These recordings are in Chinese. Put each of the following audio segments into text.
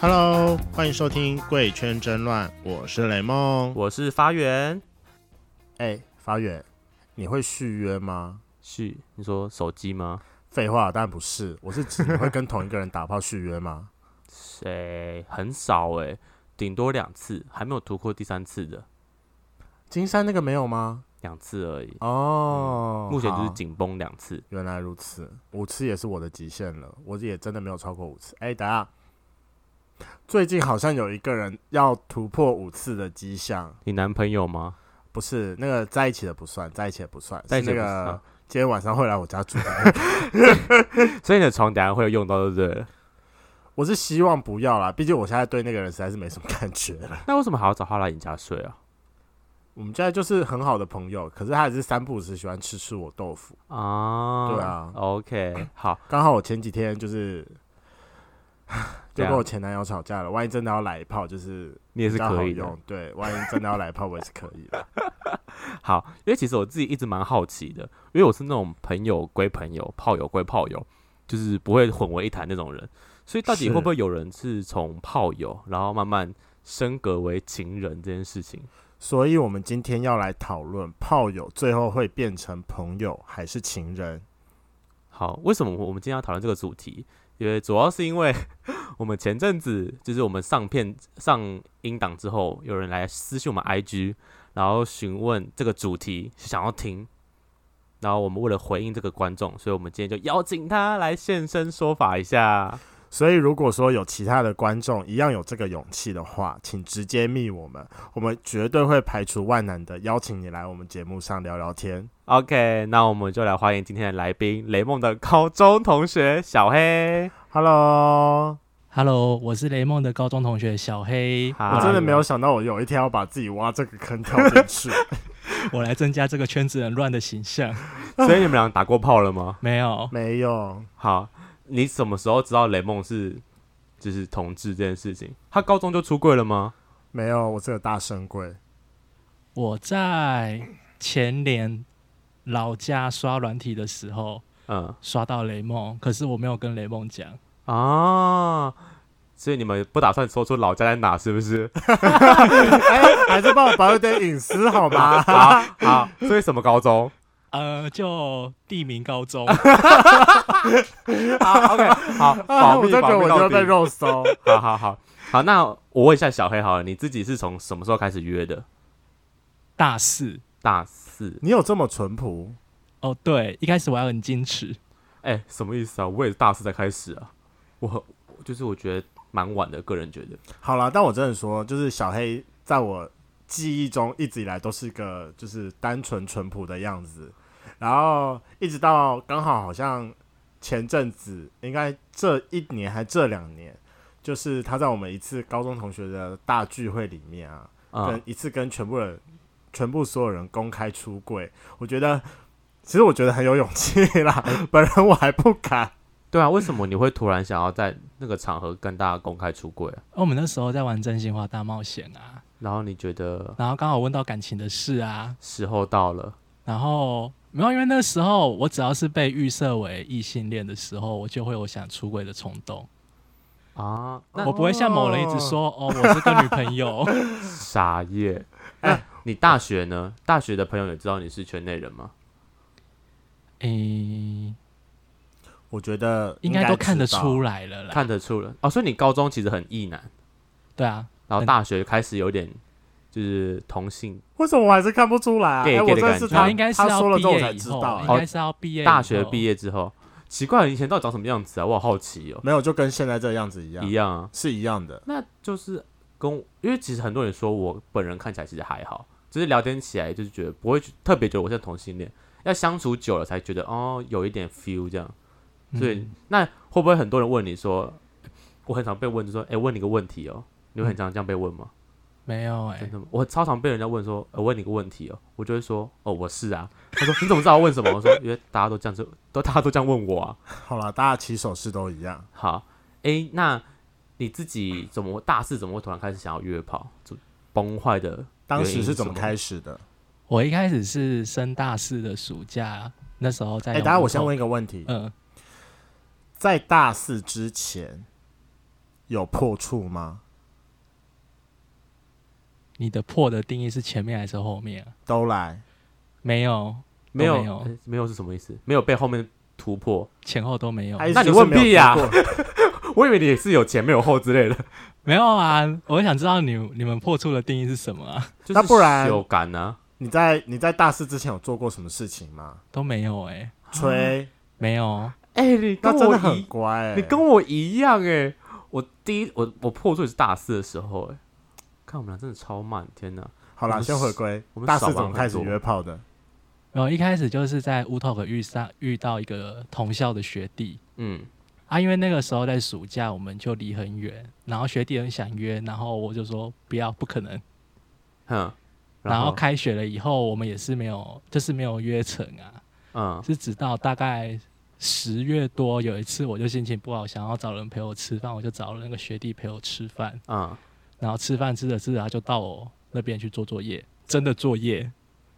Hello，欢迎收听《贵圈争乱》，我是雷梦。我是发源。哎、发源，你会续约吗？是你说手机吗？废话，当然不是，我是指你会跟同一个人打炮续约 吗？谁很少诶、顶多两次，还没有突破第三次的，金山那个没有吗？两次而已。哦，目前就好是紧绷两次。原来如此，五次也是我的极限了，我也真的没有超过五次。哎、等一下，最近好像有一个人要突破五次的迹象，你男朋友吗？不是那个在一起的不算，在一起的不算，在一是起那不个算今天晚上会来我家住的那个所以你的床等下会有用到，对不 对了？我是希望不要啦，毕竟我现在对那个人实在是没什么感觉了。 那为什么还要找他来你家睡啊？我们现在就是很好的朋友，可是他还是三不五时喜欢吃吃我豆腐。啊，对啊，OK，好，刚好我前几天就是 就怎样跟我前男友吵架了，万一真的要来一炮，就是你啊也比是较可好以的用。。对，万一真的要来一炮，我也是可以的。 好，因为其实我自己一直蛮好奇的，因为我是那种朋友归朋友，炮友归炮友，就是不会混为一谈那种人。所以到底是会不会有人是从炮友，然后慢慢升格为情人这件事情？所以，我们今天要来讨论炮友最后会变成朋友还是情人。好，为什么我们今天要讨论这个主题？因为主要是因为 我们前阵子就是我们上片上音档之后，有人来私信我们 IG，然后询问这个主题是想要听，然后我们为了回应这个观众，所以我们今天就邀请他来现身说法一下。所以，如果说有其他的观众一样有这个勇气的话，请直接密我们，我们绝对会排除万难的邀请你来我们节目上聊聊天。 OK，那我们就来欢迎今天的来宾雷梦的高中同学小黑。 Hello， Hello，我是雷梦的高中同学小黑，好我真的没有想到我有一天要把自己挖这个坑跳进去。我来增加这个圈子很乱的形象。 所以你们俩打过炮了吗？没有，没有，好，你什么时候知道雷梦是就是同志这件事情？他高中就出柜了吗？没有，我只有大神龟。 我在前年老家刷软体的时候嗯刷到雷梦，可是我没有跟雷梦讲。啊，所以你们不打算说出老家在哪是 不是？哎、还是帮我保有点隐私好吗？好好，所以什么高中？呃，就地名高中，好，OK，好， 保啊我密就觉保得密我就到会被底。肉搜。好好好好，那我问一下小黑好了，你自己是从什么时候开始约的？大四。大四？你有这么淳朴？哦，对，一开始我还很矜持。哎、什么意思啊？我也是大四才开始啊，我很就是我觉得蛮晚的，个人觉得。好啦，但我真的说，就是小黑在我记忆中一直以来都是个就是单纯淳朴的样子，然后一直到刚好好像前阵子，应该这一年还这两年，就是他在我们一次高中同学的大聚会里面啊，啊、跟一次跟全部人、全部所有人公开出柜，我觉得其实我觉得很有勇气啦，哎本人我还不敢。对啊，为什么你会突然想要在那个场合跟大家公开出柜啊、哦我们那时候在玩真心话大冒险啊，然后你觉得然后刚好问到感情的事啊，时候到了，然后没有，因为那时候我只要是被预设为异性恋的时候，我就会有想出轨的冲动。啊，那我不会像某人一直说哦，我是个女朋友。 傻耶！哎那你大学呢？大学的朋友也知道你是圈内人吗？诶、我觉得应该都看得知道出来了啦。看得出了哦，所以你高中其实很异男，对啊，然后大学开始有点就是同性，为什么我还是看不出来啊？ gay- 哎 gay 我的真的感是觉他我应该是他要说了毕之后我业才以知后，道，应哎该是要毕业以后。大学毕业之后，奇怪，你以前到底长什么样子啊？我好好奇哦，没有就跟现在这样子一样，一样啊。是一样的。那就是跟我，因为其实很多人说我本人看起来其实还好，只是聊天起来就是觉得不会觉特别觉得我像同性恋，要相处久了才觉得哦有一点 feel 这样。嗯，所以、那会不会很多人问你说，我很常被问就说，哎、问你个问题哦，你会很常这样被问吗？没有嗯哎、真的吗？我超常被人家问说，呃我问你个问题哦，我就会说，哦我是啊。他说你怎么知道我问什么？我说因为大家都这样子，都大家都这样问我啊。好了，大家起手式都一样。好，诶，那你自己怎么大四怎么会突然开始想要约炮？就崩坏的当时是怎么原因是什么开始的？我一开始是升大四的暑假，那时候在。哎、大呃家我先问，一个问题：嗯，在大四之前，有破处吗？你的破的定义是前面还是后面啊？都来，没有，没有没有呃没有是什么意思？没有被后面突破？前后都没有。他意思那你就是问没有屁呀突破我以为你也是有前没有后之 类的，没有啊，我想知道你你们破处的定义是什么啊？ 就是那不然有感啊呢、你在你在大四之前有做过什么事情吗？都没有哎、吹，没有，哦哎、你那跟真我的很一，乖、欸。你跟我一样哎、我第一我我破处也是大四的时候哎、看我们俩真的超慢，天哪！好我啦，们先回归我。们大少四怎么玩开很始多约炮的？然后一开始就是在乌托克遇上遇到一个同校的学弟嗯，啊，因为那个时候在暑假，我们就离很远，然后学弟很想约，然后我就说不要，不可能。哼，然后后开学了以后，我们也是没有，就是没有约成啊，哦嗯，是直到大概十月多有一次，我就心情不好，想要找人陪我吃饭，我就找了那个学弟陪我吃饭，嗯，然后吃饭吃着吃着，他就到我那边去做作业，真的作业，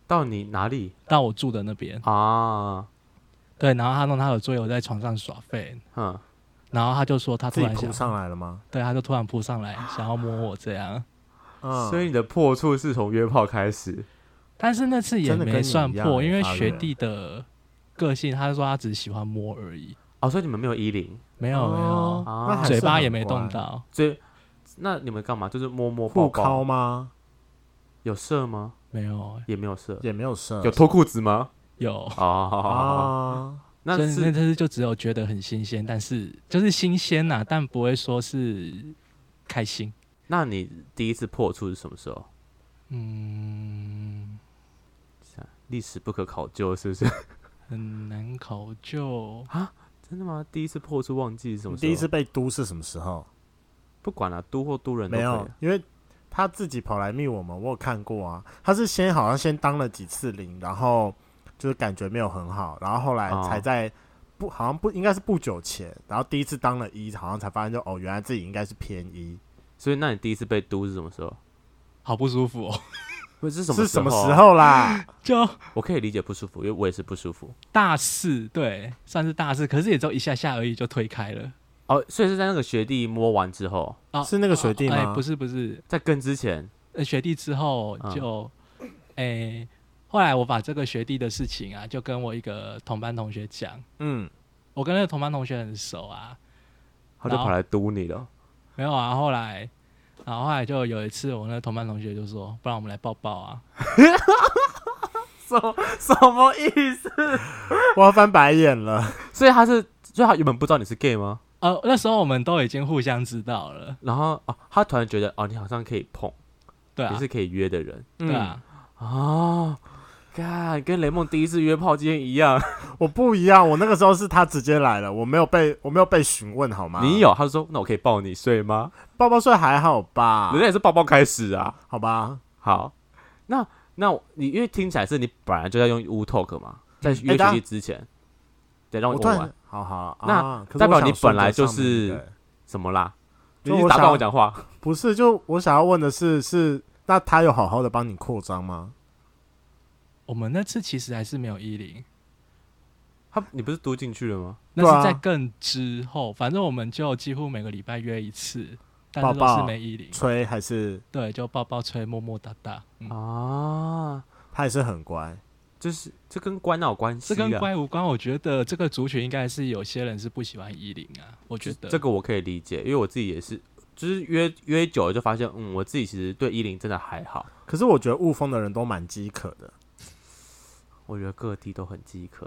到你哪里到我住的那边。啊？对，然后他弄他的作业，我在床上耍废，哼，然后他就说他自己突然扑想，上来了吗？对，他就突然扑上来，想要摸我这样。嗯，所以你的破处是从约炮开始，但是那次也真的跟没你算一样破，欸因为发学热弟的个性，他说他只喜欢摸而已，哦，所以你们没有衣领没有没有哦，那啊还？是嘴巴很也没动乖到，所以那你们干嘛？就是摸摸抱互敲抱，吗？有射吗？没有欸也没有射，也没有射有脱裤子吗？有。哦，好好好好啊，那所以是那次就只有觉得很新鲜，但是就是新鲜呐、但不会说是开心。那你第一次破处是什么时候？嗯，历史不可考究，是不 是？很难考究。真的吗？第一次破处忘记是什你么啊时候？第一次被嘟是什么时候？不管了、都或都人都没可以啊有，因为他自己跑来密我们，我有看过啊。他是先好像先当了几次零，然后就是感觉没有很好，然后后来哦才在不好像不应该是不久前，然后第一次当了一，好像才发现就哦，原来自己应该是偏一，所以那你第一次被嘟是什么时候？好不舒服哦， 不是什么是什么时啊时？候啦？就我可以理解不舒服，因为我也是不舒服。大四，对，算是大四，可是也就一下下而已，就推开了。哦，所以是在那个学弟摸完之后，啊是那个学弟哎、吗不是不是，在跟之前，呃，学弟之后嗯就，哎、后来我把这个学弟的事情啊，就跟我一个同班同学讲，嗯，我跟那个同班同学很熟啊，他就然后跑来嘟你了。没有啊，后来，然后后来就有一次，我那个同班同学就说，不然我们来抱抱啊。什什么意思？我要翻白眼了。所以他是，所以他原本不知道你是 gay 吗？呃，那时候我们都已经互相知道了，然后哦，他突然觉得哦，你好像可以碰，对你啊，是可以约的人对嗯啊，哦。看，跟雷梦第一次约炮经验一样，我不一样，我那个时候是他直接来了，我没有被我没有被询问好吗？ 你有？他就说那我可以抱你睡吗？抱抱睡还好吧人？家也是抱抱开始啊。好吧，好，那那我你因为听起来是你本来就在用 U Talk 嘛，在约大家学弟之前，得让我嗯哎我突问完然好好，那啊可是代表我想你本来就顺着是上面对什么啦？你就一直我打断想我讲话，不是，就我想要问的是，是那他有好好的帮你扩张吗？我们那次其实还是没有一零，他你不是嘟进去了吗？对那啊是在更之后，反正我们就几乎每个礼拜约一次，但抱是都是抱没一零，吹还是对，就抱抱吹，么么哒哒，嗯，啊，他也是很乖，就是这跟关哪有关系这啊？跟乖无关。我觉得这个族群应该是有些人是不喜欢一零啊，我觉得这个我可以理解，因为我自己也是，就是约约久了就发现，嗯，我自己其实对一零真的还好，可是我觉得雾峰的人都蛮饥渴的。我觉得各地都很饥渴。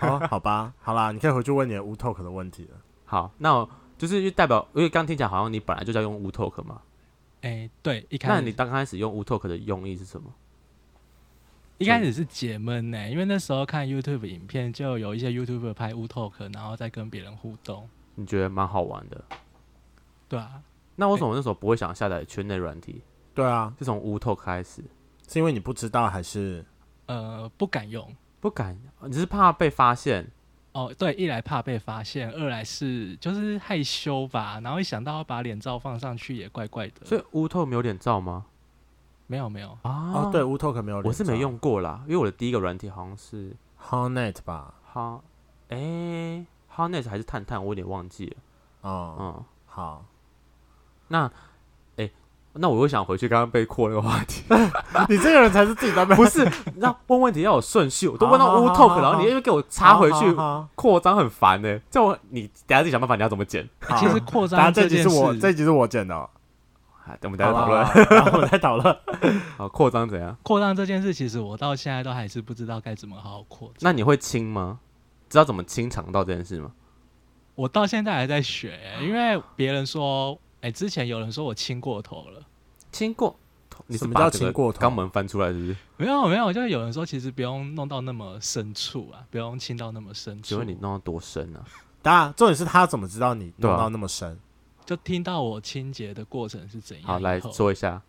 哦，好吧，好啦，你可以回去问你的乌 talk 的问题了。好，那就是代表，因为刚听起来好像你本来就在用 U Talk 嘛，哎、对，一开那始你刚开始用 U Talk 的用意是什么？一开始是解闷呢、因为那时候看 YouTube 影片，就有一些 YouTuber 拍乌 talk，然后再跟别人互动，你觉得蛮好玩的。对啊，那为什么我那时候不会想下载圈内软体？对啊，是从 U Talk 开始，是因为你不知道还是呃，不敢用不敢，你是怕被发现哦，对，一来怕被发现，二来是就是害羞吧，然后一想到要把脸照放上去也怪怪的，所以 U Talk 没有脸照吗？没有没有，啊哦？对，乌 talk 没有脸照，我是没用过啦，因为我的第一个软体好像是 Hornet 吧？哈，哎、哈 h o n e s 还是探探，我有点忘记了。哦，嗯，好，那哎、那我又想回去刚刚被扩那个话题， 你这个人才是自己在不是，你知道问问题要有顺序，我都问到好 U 啊好 Talk，好然后好你又给我插回去好好扩张，很烦呢、叫我你等下自己想办法，你要怎么剪？好其实扩当然张这集件是我事，这集是我剪的哦，啊等我们等下讨好论。好好好好我们再讨论。好，扩张怎样？扩张这件事，其实我到现在都还是不知道该怎么好好扩张。那你会清吗？知道怎么清肠道这件事吗？我到现在还在学，因为别人说，哎、之前有人说我亲过头了，清过头，你是什么把叫整个清过头肛门翻出来是不是？没有没有，就是有人说其实不用弄到那么深处啊，不用亲到那么深处。请问你弄到多深啊？当然，重点是他怎么知道你对弄啊到那么深？就听到我清洁的过程是怎样以后？好，来说一下，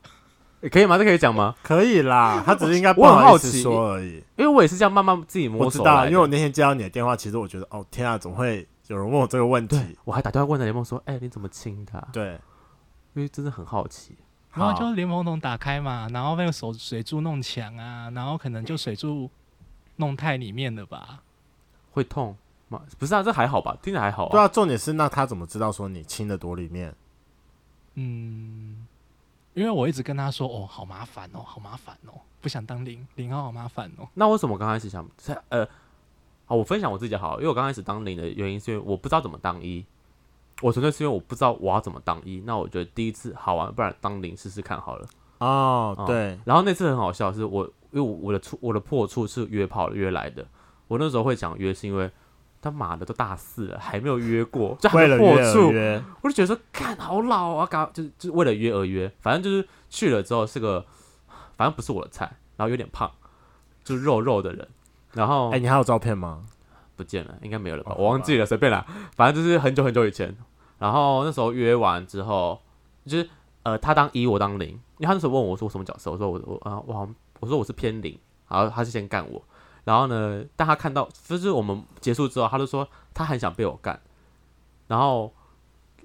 诶可以吗？这可以讲吗？可以啦，他只是应该不我很好好意思奇说而已。因为我也是这样慢慢自己摸我知索道，来因的。为我那天接到你的电话，其实我觉得，哦天啊，怎么会有人问我这个问对题？，我还打电话问了雷梦说：“哎、你怎么清的、啊？”对，因为真的很好奇。然后好就淋檬桶打开嘛，然后被手水柱弄强啊，然后可能就水柱弄太里面了吧。会痛吗？不是啊，这还好吧，听着还好对啊。啊，重点是那他怎么知道说你亲的多里面？嗯，因为我一直跟他说哦，好麻烦哦，好麻烦哦，不想当零零号，好麻烦哦。那为什么刚开始想才呃，好，我分享我自己好了，因为我刚开始当零的原因是因为我不知道怎么当一，我纯粹是因为我不知道我要怎么当一。那我觉得第一次好玩，不然当零试试看好了。哦哦，对，然后那次很好笑，是我因为我我的出我的破处是约炮约来的，我那时候会想约是因为。他妈的都大四了，还没有约过，就为还没了破约而处，哦约，我就觉得说，干好老啊，搞就是就是为了约而约，反正就是去了之后是个，反正不是我的菜，然后有点胖，就是肉肉的人，然后哎，你还有照片吗？不见了，应该没有了吧哦？我忘记了，随便啦，反正就是很久很久以前。然后那时候约完之后，就是呃，他当一，我当零，因为他那时候问我说我什么角色，我说我我啊、我好像我说我是偏零，然后他就先干我，然后呢，但他看到就是我们结束之后，他就说他很想被我干，然后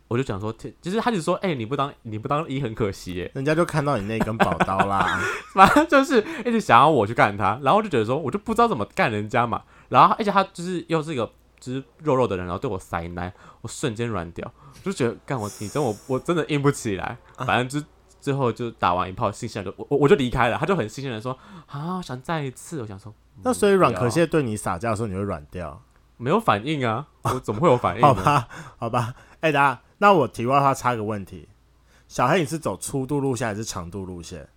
我就讲说，天就是他就说，哎、你不当你不当一很可惜耶，人家就看到你那根宝刀啦。 反正就是一直想要我去干他，然后我就觉得说，我就不知道怎么干人家嘛。然后而且他就是又是一个就是肉肉的人，然后对我塞奶，我瞬间软掉，就觉得干我你真我我真的硬不起来。啊反正就最后就打完一炮，新鲜的我我我就离开了，他就很新鲜的说啊想再一次，我想说那所以软不壳要蟹对你撒娇的时候，你会软掉，没有反应啊，我怎么会有反 应好呢？吧？好吧。哎，等下，那我题外话插个问题：小黑，你是走粗度路线还是长度路线？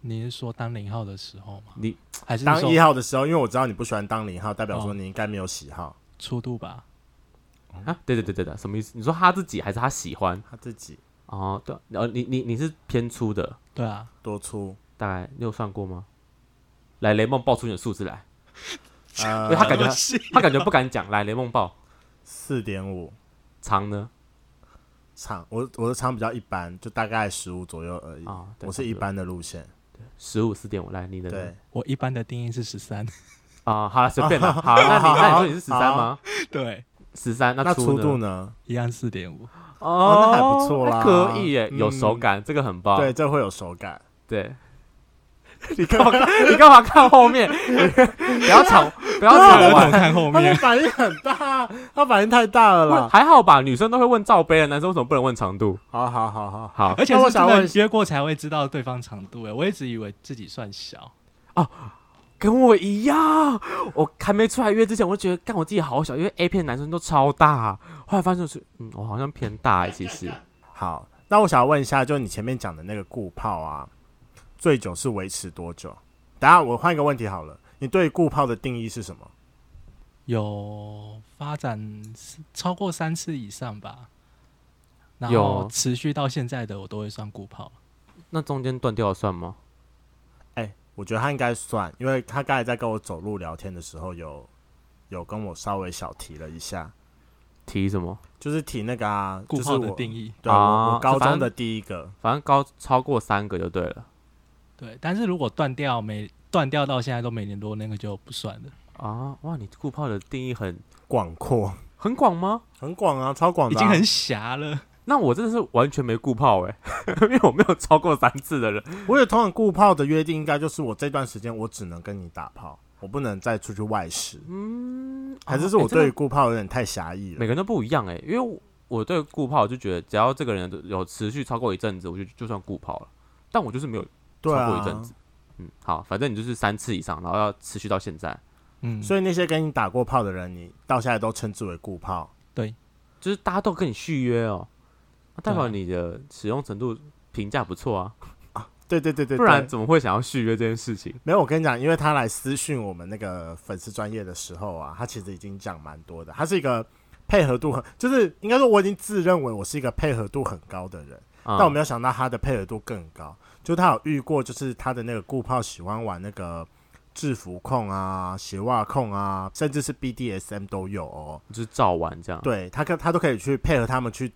你是说当零号的时候吗？你还是当说一号的时候，因为我知道你不喜欢当零号，代表说你应该没有喜好。初度吧？啊对对对对对，什么意思？你说他自己还是他喜欢？他自己哦，对，然后你你你是偏粗的，对啊，多粗？大概你有算过吗？来，雷梦报出你的数字来。因呃为，他感觉恶心 他感觉不敢讲。来，雷梦豹四点五长 呢？长，我我的长比较一般，就大概十五左右而已。啊，对我是一般的路线，十五四点五。来，你的呢对，我一般的定义是 十三，啊，好了，随便了。好，那你那你说你是十三吗？对，十三，那粗粗度呢？呢？一样四点五。哦那还不错啦还可以耶，嗯有手感，这个很棒。对，这会有手感。对， 你干嘛？啊你干嘛看后面？ 不要吵，不要我吵懂啊完。看后 他的面，反应很大，他反应太大了问啦。还好吧，女生都会问罩杯了，啊男生为什么不能问长度？好好好好，好而且那我是想真问的约过才会知道对方长度诶，欸我一直以为自己算小。跟我一样，我还没出来约之前，我就觉得干我自己好小，因为 A 片男生都超大。后来发现是，嗯，我好像偏大欸，其实。好，那我想问一下，就你前面讲的那个固泡啊，最久是维持多久？等下我换一个问题好了，你对固泡的定义是什么？有发展四超过三次以上吧，然有后持续到现在的我都会算固炮。那中间断掉算吗？哎，我觉得他应该算，因为他刚才在跟我走路聊天的时候有有跟我稍微小提了一下，提什么？就是提那个啊，固就是炮的我定义，对我啊我高反中正的第一个，反正高超过三个就对了。对。但是如果断掉没断掉到现在都没联络，那个就不算了。啊，哇，你酷炮的定义很广阔，很广吗？很广啊，超广已的啊、经很狭了，那我真的是完全没固炮哎、 因为我没有超过三次的人。我也通常固炮的约定应该就是我这段时间我只能跟你打炮，我不能再出去外食。嗯，还是是哦我欸真的对于固炮有点太狭义了。每个人都不一样哎、因为我我对固炮就觉得，只要这个人有持续超过一阵子，我就就算固炮了。但我就是没有对超过一阵啊子，嗯，好，反正你就是三次以上，然后要持续到现在，嗯，所以那些跟你打过炮的人，你到现在都称之为固炮。就是大家都跟你续约哦，那代对啊表你的使用程度评价不错啊，对对对对，不然对怎么会想要续约这件事情？没有。我跟你讲，因为他来私讯我们那个粉丝专业的时候啊，他其实已经讲蛮多的。他是一个配合度很，就是应该说我已经自认为我是一个配合度很高的人，啊但我没有想到他的配合度更高。就他有遇过，就是他的那个固炮喜欢玩那个制服控啊、鞋袜控啊，甚至是 BDSM 都有哦。就是照玩这样。对他可他都可以去配合他们去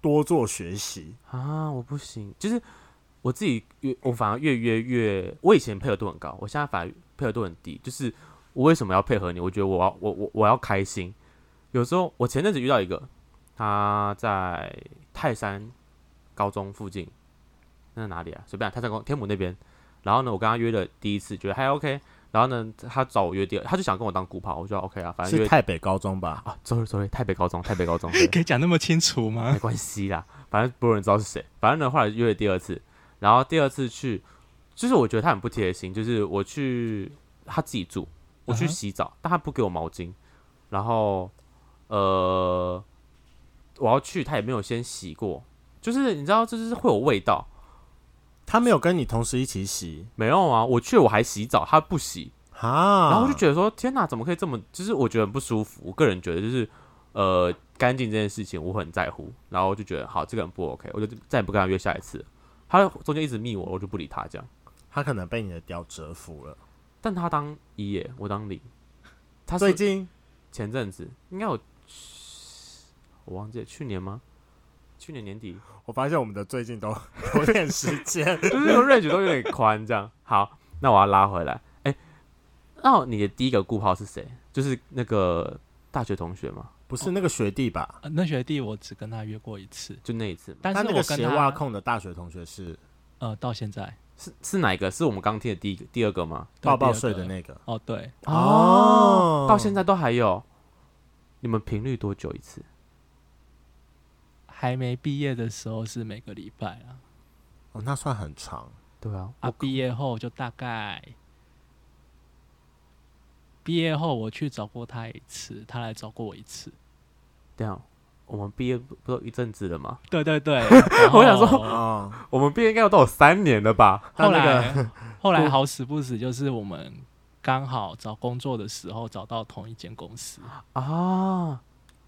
多做学习。啊，我不行，就是我自己越我反而越约越，我以前配合度很高，我现在反而配合度很低。就是我为什么要配合你？我觉得我要我我我要开心。有时候我前阵子遇到一个，他在泰山高中附近，那是哪里啊？随便、啊，泰山高天母那边。然后呢，我跟他约了第一次，觉得还 OK。然后呢，他找我约第二，他就想跟我当顾跑，我就说 OK 啊，反正是约台北高中吧？啊，sorry sorry，台北高中，台北 高中，对可以讲那么清楚吗没？关系啦，反正不有人知道是谁。反正呢，后来约了第二次，然后第二次去，就是我觉得他很不贴心，就是我去他自己住，我去嗯哼洗澡但他不给我毛巾，然后呃，我要去他也没有先洗过，就是你知道，就是会有味道。他没有跟你同时一起洗没有啊，我去我还洗澡，他不洗，啊，然后我就觉得说，天哪，怎么可以这么？就是我觉得很不舒服。我个人觉得就是，呃，干净这件事情我很在乎，然后我就觉得好，这个人不 OK，我就再也不跟他约下一次了。他中间一直密我，我就不理他这样。他可能被你的屌折服了。但他当一耶，我当零。他最是近前阵子应该有，我忘记了去年吗？去年年底，我发现我们的最近都 有点时 间，就是那个 range 都有点宽这样。好，那我要拉回来。哎、那你的第一个顾炮是谁？就是那个大学同学吗？不是那个学弟吧？呃那学弟我只跟他约过一次，就那一次吗但他是那我个跟鞋袜他控的大学同学是呃到现在是是哪一个？是我们刚听的第一个、第二个吗？抱抱睡的个那个，哦，对，哦到现在都还有。你们频率多久一次？还没毕业的时候是每个礼拜啊，哦，那算很长。对啊，啊，毕业后就大概，毕业后我去找过他一次，他来找过我一次。这样我们毕业不不都一阵子了吗？，对对对我想说然后哦，我们毕业应该都有三年了吧？但后那个 来后来好死不死，就是我们刚好找工作的时候找到同一间公司，啊，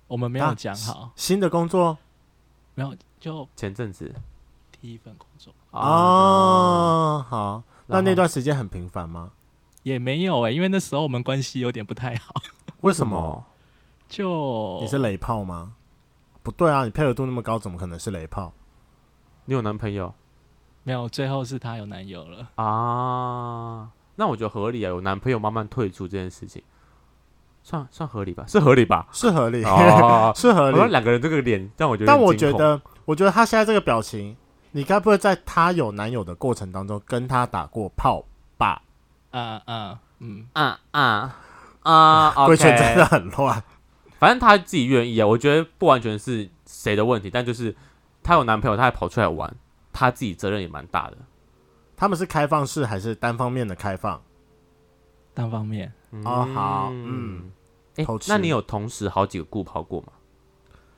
我们没啊有讲好，新的工作没有就前阵子啊第一份工作哦，好，那然后那段时间很频繁吗？也没有哎、因为那时候我们关系有点不太好，为为什什？么？就你是雷炮吗？不对啊，你配合度那么高，怎么可能是雷炮？？你有男朋友没有，最后是他有男友了，啊？那我觉得合理啊，有男朋友慢慢退出这件事情，算算合理吧？是合理吧 是合理，哦，是合我说理。两个人这个脸让我觉得有点惊恐，但我觉得，我觉得他现在这个表情，你该不会在他有男友的过程当中跟他打过炮吧？啊啊嗯，啊啊啊规！OK，圈真的很乱。反正她自己愿意啊。我觉得不完全是谁的问题，但就是她有男朋友，她还跑出来玩，她自己责任也蛮大的。他们是开放式还是单方面的开放？单方面哦好嗯，哎、偷吃那你有同时好几个顾跑过吗？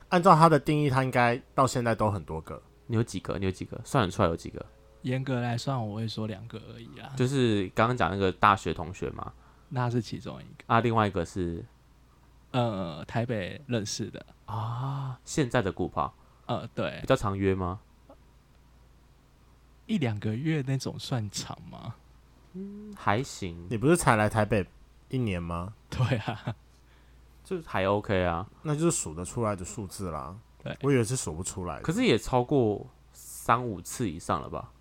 按照他的定义，他应该到现在都很多个。你有几个？你有几个？算得出来有几个？严格来算我会说两个而已啦，就是刚刚讲那个大学同学嘛，那是其中一个。啊，另外一个是呃，台北认识的，啊，现在的顾跑呃，对比，较常约吗？一两个月那种算长吗？ 还行，你不是才来台北一年吗？对啊，就还 OK 啊，那就是数得出来的数字啦。对我以为是数不出来的。可是也超过三五次以上了吧？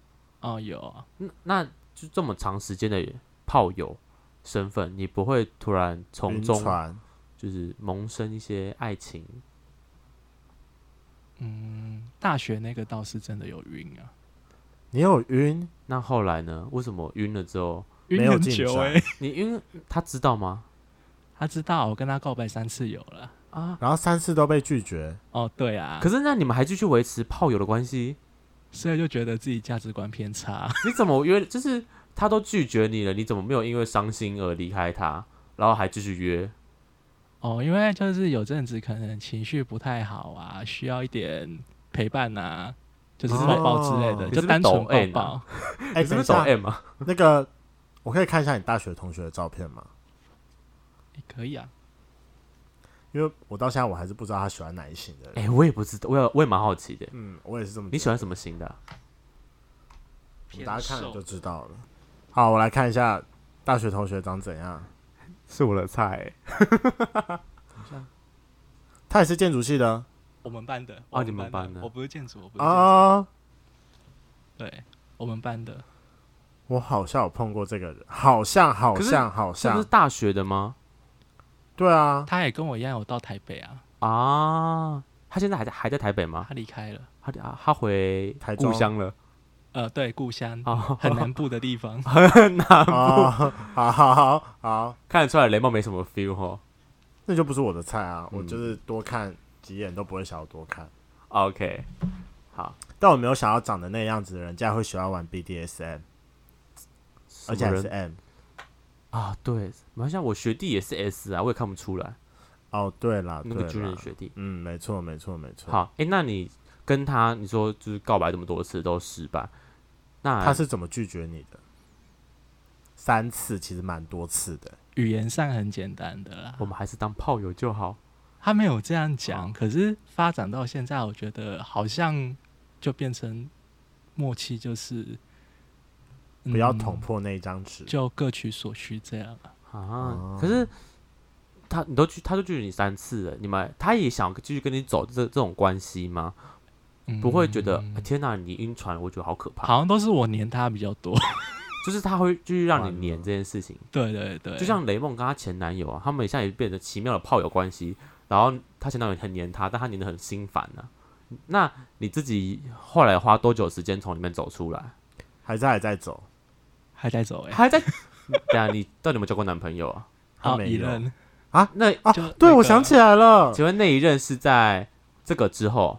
哦，有啊，那嗯那就这么长时间的炮友身份，你不会突然从晕中船就是萌生一些爱情？大学那个倒是真的有晕啊，你有晕？那后来呢？为什么晕了之后，没晕有很进 久展哎、你晕他知道吗？他知道我跟他告白三次有了，啊。然后三次都被拒绝。哦，对啊，可是那你们还继续维持炮友的关系？所以就觉得自己价值观偏差。你怎么约？就是他都拒绝你了，你怎么没有因为伤心而离开他，然后还继续约？哎哦，因为就是有阵子可能情绪不太好啊，需要一点陪伴啊，就是抱抱之类的，哦就单纯你是不是抖 M 抱抱 啊。哎、等你是不一是懂下， M 啊？那个我可以看一下你大学同学的照片吗？诶可以啊，因为我到现在我还是不知道他喜欢哪一型的人。哎、我也不知道，我也我也蛮好奇的。嗯，我也是这么觉得。你喜欢什么型的啊、你大家看了就知道了。好，我来看一下大学同学长怎样。是我的菜、 他也是建筑系的我们班的哦我你们班的，的哦我不是建筑，我不是建筑，啊，对，我们班的，我好像有碰过这个人，好像好可是像好这不像是，大学的吗？对啊，他也跟我一样有到台北啊，啊，他现在还在还在台北吗？他离开了，他啊他回台中故乡了呃，对，故乡啊，很南部的地 方，很难，哦，好好好好， 看得出来雷梦没什么 feel 哈。那就不是我的菜啊，我嗯就是多看几眼都不会想要多看。 OK，好，但我没有想要长得那样子的人，竟然会喜欢玩 BDSM，而且什么还人是 M。啊，对，好像我学弟也是 S 啊，我也看不出来哦，对啦，那个对军人啦学弟。嗯，没错，没错，没错。好，哎、那你跟他你说就是告白这么多次都失败，那他是怎么拒绝你的？三次，其实蛮多次的。语言上很简单的啦我。们还是当炮友就好。他没有这样好讲，可是发展到现在，我觉得好像就变成默契，就是、不要嗯捅破那一张纸。就各取所需这样啊。哦啊，可是他你都拒，他都拒绝你三次了，你们他也想继续跟你走这这种关系吗？嗯不会觉得、哎天哪，你晕船，我觉得好可怕。好像都是我黏他比较多。 就是他会继续让完你了黏这件事情，对对对，就像雷梦跟她前男友啊，他们现在也变成奇妙的炮友关系。然后她前男友很黏她，但她黏得很心烦呢、那你自己后来花多久时间从里面走出来？还在还在走，还在走哎、还在？对啊，你到底有没有交过男朋友啊？他好没一有任那啊就那！对，个我想起来了，请问那一任是在这个之后？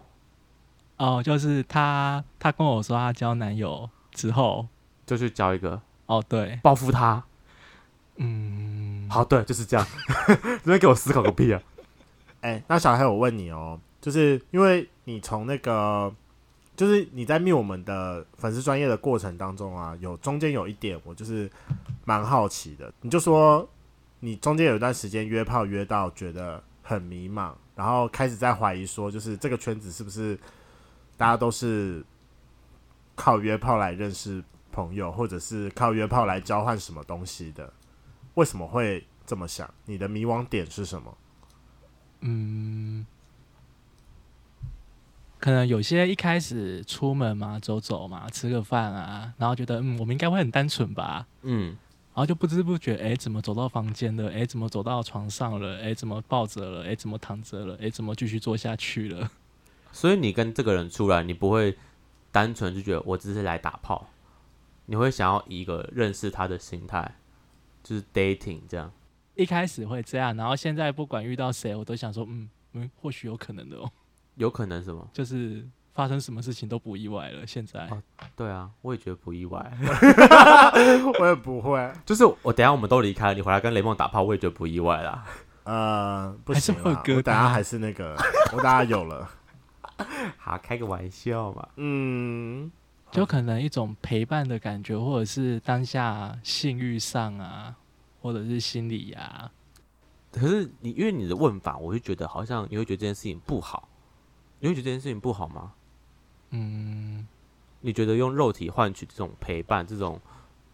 哦，就是他，他跟我说他交男友之后，就去交一个哦对，报复他？嗯，好，对，就是这样。 你们给我思考个屁啊！哎、那小黑，我问你哦，就是因为你从那个，就是你在密我们的粉丝专业的过程当中啊，有中间有一点，我就是蛮好奇的，你就说你中间有一段时间约炮约到觉得很迷茫，然后开始在怀疑说，就是这个圈子是不是大家都是靠约炮来认识朋友，或者是靠约炮来交换什么东西的？为什么会这么想？你的迷惘点是什么？ 嗯，可能有些一开始出门嘛，走走嘛，吃个饭啊，然后觉得嗯，我们应该会很单纯吧，嗯，然后就不知不觉，哎，怎么走到房间了？哎，怎么走到床上了？哎，怎么抱着了？哎，怎么躺着了？哎，怎么继续做下去了？ 所以你跟这个人出来，你不会单纯就觉得我只是来打炮，你会想要以一个认识他的心态，就是 dating 这样。一开始会这样，然后现在不管遇到谁，我都想说，嗯嗯，或许有可能的哦，有可能什么？就是发生什么事情都不意外了。现在哦对啊，我也觉得不意外。 我也不会，就是我等一下我们都离开，你回来跟雷梦打炮，我也觉得不意外啦。 呃，不还是行会有啦，疙瘩我等下还是那个，我等下有 了，好，开个玩笑嘛。嗯，就可能一种陪伴的感觉，或者是当下性欲上啊，或者是心理啊，可是你因为你的问法，我就觉得好像你会觉得这件事情不好，你会觉得这件事情不好吗？嗯，你觉得用肉体换取这种陪伴、这种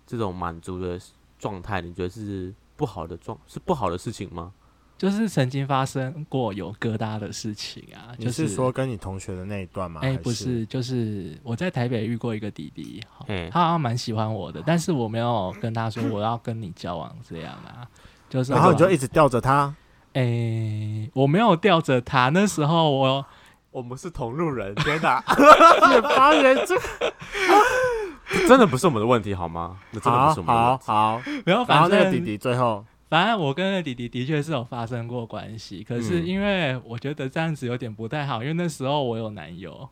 这种满足的状态，你觉得是不好的状是不好的事情吗？就是曾经发生过有疙瘩的事情啊，就你是说跟你同学的那一段吗？哎、还不，是，就是我在台北遇过一个弟弟，好嘿他好像蛮喜欢我的，但是我没有跟他说我要跟你交往这样啊，就是然后你就哎一、直吊着 他，我没有吊着他，那时候我我们是同路人，天哪，也发人这 真的不是我们的问题好吗？那真的不好是我们的问好题。 好，没有，然后反正那个弟弟最后，反正我跟那弟弟的确是有发生过关系，可是嗯因为我觉得这样子有点不太好，因为那时候我有男友，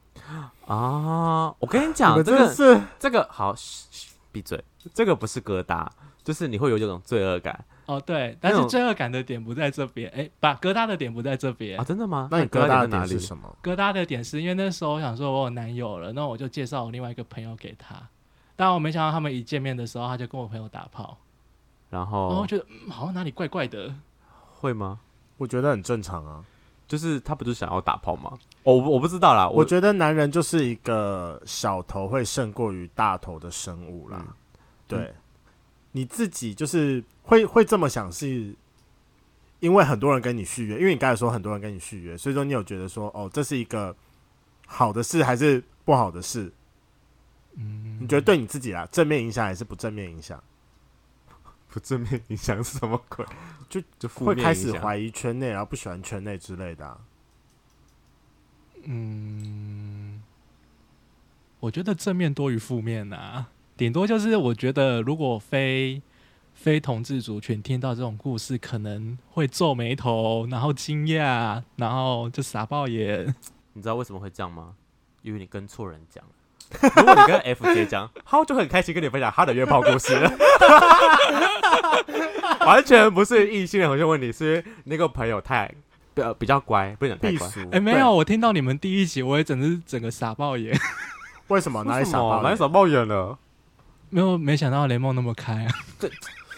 啊！我跟你你讲，们这真的个是这个好，嘘嘘闭嘴，这个不是疙瘩，就是你会有这种罪恶感哦对，但那是种罪恶感的点不在这边，哎、把疙瘩的点不在这边啊？，真的吗？那你疙疙瘩瘩在的哪点是？里什么？疙瘩的点是因为那时候我想说我有男友了，那我就介绍我另外一个朋友给他，但我没想到他们一见面的时候他就跟我朋友打炮，然然后我后觉得、嗯好像哪里怪怪的，会吗？我觉得很正常啊。就是他不就想要打炮吗？哦我不我不知道啦，我我觉得男人就是一个小头会胜过于大头的生物啦。嗯对，你自己就是会会这么想，是因为很多人跟你续约，因为你刚才说很多人跟你续约，所以说你有觉得说哦，这是一个好的事还是不好的事？嗯，你觉得对你自己啦，正面影响还是不正面影响？不正面影响是什么鬼？就就负会面开影始响怀疑圈内，然后不喜欢圈内之类的、啊。嗯，我觉得正面多于负面啊，顶多就是我觉得如果非非同志族群听到这种故事，可能会皱眉头，然后惊讶，然后就傻爆眼。你知道为什么会这样吗？因为你跟错人讲了。如果你跟 F 姐讲， 他就很开心跟你分享他的约炮故事， 完全不是异性的同学问题，是因为那个朋友太比较比较乖，不能讲太避乖。俗？哎、没有，我听到你们第一集，我也整是整个傻爆眼， 对，为什么哦哪里想到哪里了？少抱怨了？没有没想到雷梦那么开啊。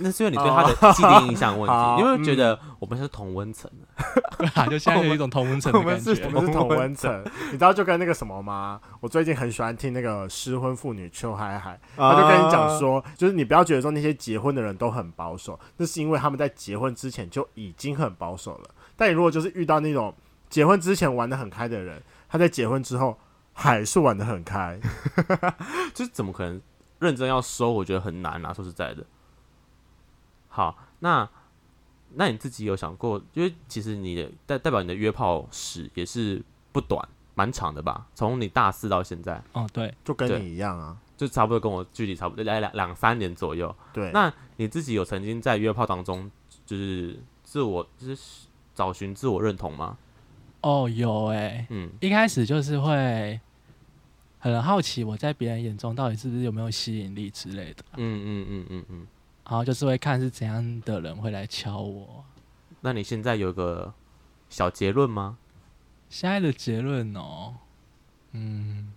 那是因为你对他的既定印象问哦好嗯题，因为觉得我们是同温层的，对啊，就现在有一种同温层的我们感是我觉。们是同温层， 你知道就跟那个什么吗？我最近很喜欢听那个失婚妇女邱海海，他就跟你讲说，就是你不要觉得说那些结婚的人都很保守，那是因为他们在结婚之前就已经很保守了。但你如果就是遇到那种结婚之前玩的很开的人，他在结婚之后还是玩的很开，就是怎么可能认真要收？我觉得很难啊，说实在的。好，那那你自己有想过，因为其实你的代代表你的约炮史也是不短，蛮长的吧？从你大四到现在，哦，对，就跟对你一样啊。就差不多跟我距离差不多，大概两两三年左右。对，那你自己有曾经在约炮当中，就是自我就是找寻自我认同吗？哦，有哎、嗯，一开始就是会很好奇我在别人眼中到底是不是有没有吸引力之类的，嗯嗯嗯嗯然后就是会看是怎样的人会来敲我。嗯。那你现在有个小结论吗？现在的结论哦，嗯，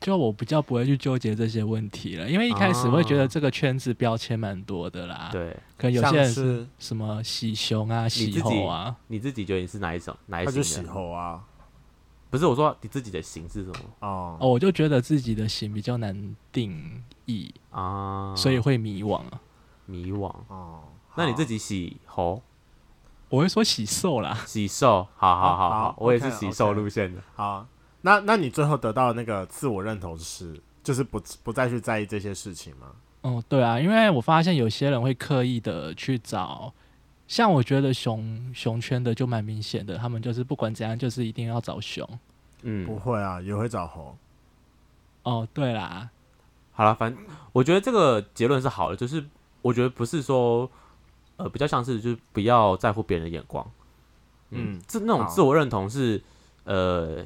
就我比较不会去纠结这些问题了，因为一开始会觉得这个圈子标签蛮多的啦，，对可能有像些人是是什么喜熊啊、自己喜猴啊，你自己觉得你是哪一种哪一他就型的？喜猴啊，不是我说你自己的型是什么哦、哦，我就觉得自己的型比较难定义，啊？所以会迷惘啊。迷惘。哦，那你自己己喜猴、我会说喜兽啦，喜兽，好好好好好好，我也是 OK，OK 喜兽路线的。好，那那你最后得到的那个自我认同是，就是不不再去在意这些事情吗？哦，对啊，因为我发现有些人会刻意的去找，像我觉得熊熊圈的就蛮明显的，他们就是不管怎样，就是一定要找熊。不嗯，会啊，也会找猴。哦，对啦，好了，反正我觉得这个结论是好的，就是我觉得不是说，呃，比较像是就是不要在乎别人的眼光。嗯嗯，这那种好自我认同是，呃，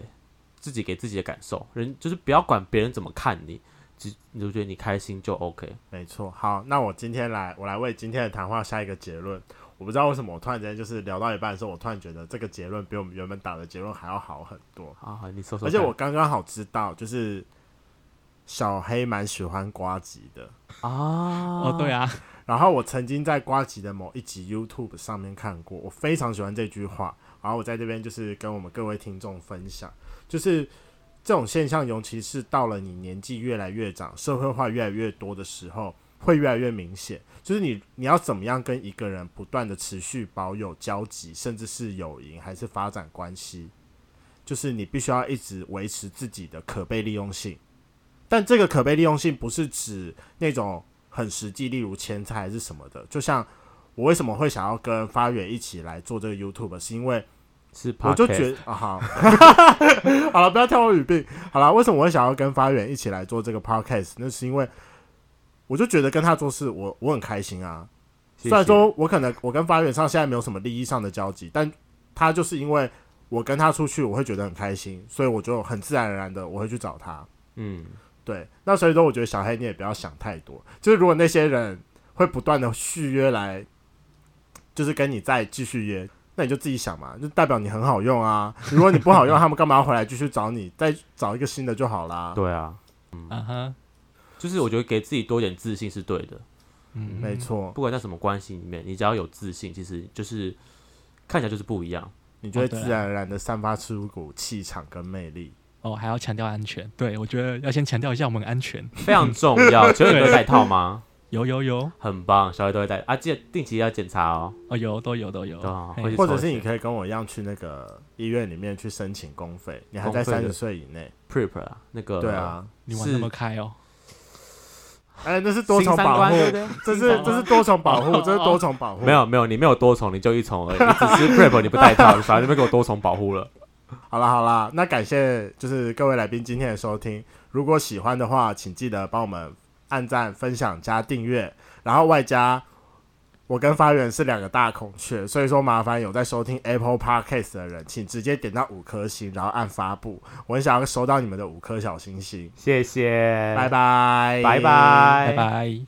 自己给自己的感受，人就是不要管别人怎么看你，只你就觉得你开心就 OK。没错，好，那我今天来，我来为今天的谈话下一个结论。我不知道为什么，我突然间就是聊到一半的时候，我突然觉得这个结论比我们原本打的结论还要好很多。好好，啊你说说而看。且我刚刚好知道，就是小黑蛮喜欢瓜吉的。啊，呃哦，对啊，然后我曾经在瓜吉的某一集 YouTube 上面看过，我非常喜欢这句话。然后我在这边就是跟我们各位听众分享，就是这种现象，尤其是到了你年纪越来越长、社会化越来越多的时候，会越来越明显。就是你你要怎么样跟一个人不断的持续保有交集，甚至是友谊，还是发展关系，就是你必须要一直维持自己的可被利用性。但这个可被利用性不是指那种很实际，例如钱财还是什么的。就像我为什么会想要跟发源一起来做这个 YouTube，是因为是 podcast, 我就觉得啊，好， 好了，不要挑我语病。好了，为什么我会想要跟发源一起来做这个 podcast？那是因为我就觉得跟他做事，我我很开心啊。谢虽然谢说我可能我跟发源上现在没有什么利益上的交集，但他就是因为我跟他出去，我会觉得很开心，所以我就很自然而然的我会去找他。嗯，对，那所以说我觉得小黑你也不要想太多，就是如果那些人会不断的续约来，就是跟你再继续约，那你就自己想嘛，就代表你很好用啊。如果你不好用，他们干嘛要回来继续找你？再找一个新的就好啦。对啊，啊哈，就是我觉得给自己多一点自信是对的，嗯，没，错，不管在什么关系里面，你只要有自信，其实就是看起来就是不一样。你就会哦对啊自然而然的散发出一股气场跟魅力。哦，还要强调安全，对我觉得要先强调一下我们安全，非常重 要。球员都会带套吗？有有有，很棒，小黑都会带啊，记得定期要检查哦。哦有都有都有，对啊嘿会去或者是你可以跟我一样去那个医院里面去申请公费，你还在公费三的十岁以内。 Prep 啦，那个对，啊，你玩那么开哦，哎，那是多新重三保观护，对不对？这是这是多重保护，哦这是多重保护。没有没有，你没有多重，你就一重而已。你 只是 Prep 你不带套，反正就被给我多重保护了。好啦好啦，那感谢就是各位来宾今天的收听。如果喜欢的话，请记得帮我们按赞、分享、加订阅，然后外加我跟发源是两个大孔雀，所以说麻烦有在收听 Apple Podcast 的人，请直接点到五颗星，然后按发布。我很想要收到你们的五颗小星星，谢谢，拜，拜哎拜。拜拜。拜，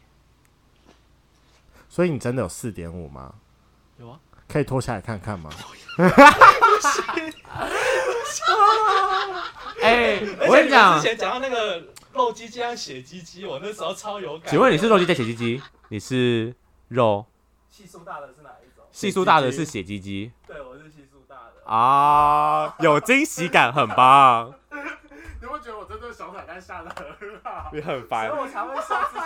所以你真的有四点五吗？有啊，可以脱下来看看吗？哎，我跟你讲，前讲到那个露鸡鸡和血鸡鸡，我那时候超有感请问你是肉鸡在血鸡鸡？你是肉？系数大的是哪一种？系数大的是血鸡鸡对，我是系数大的。啊，有惊喜感，很棒，你会觉得我真的小彩蛋下的很好？你很烦。我才会上次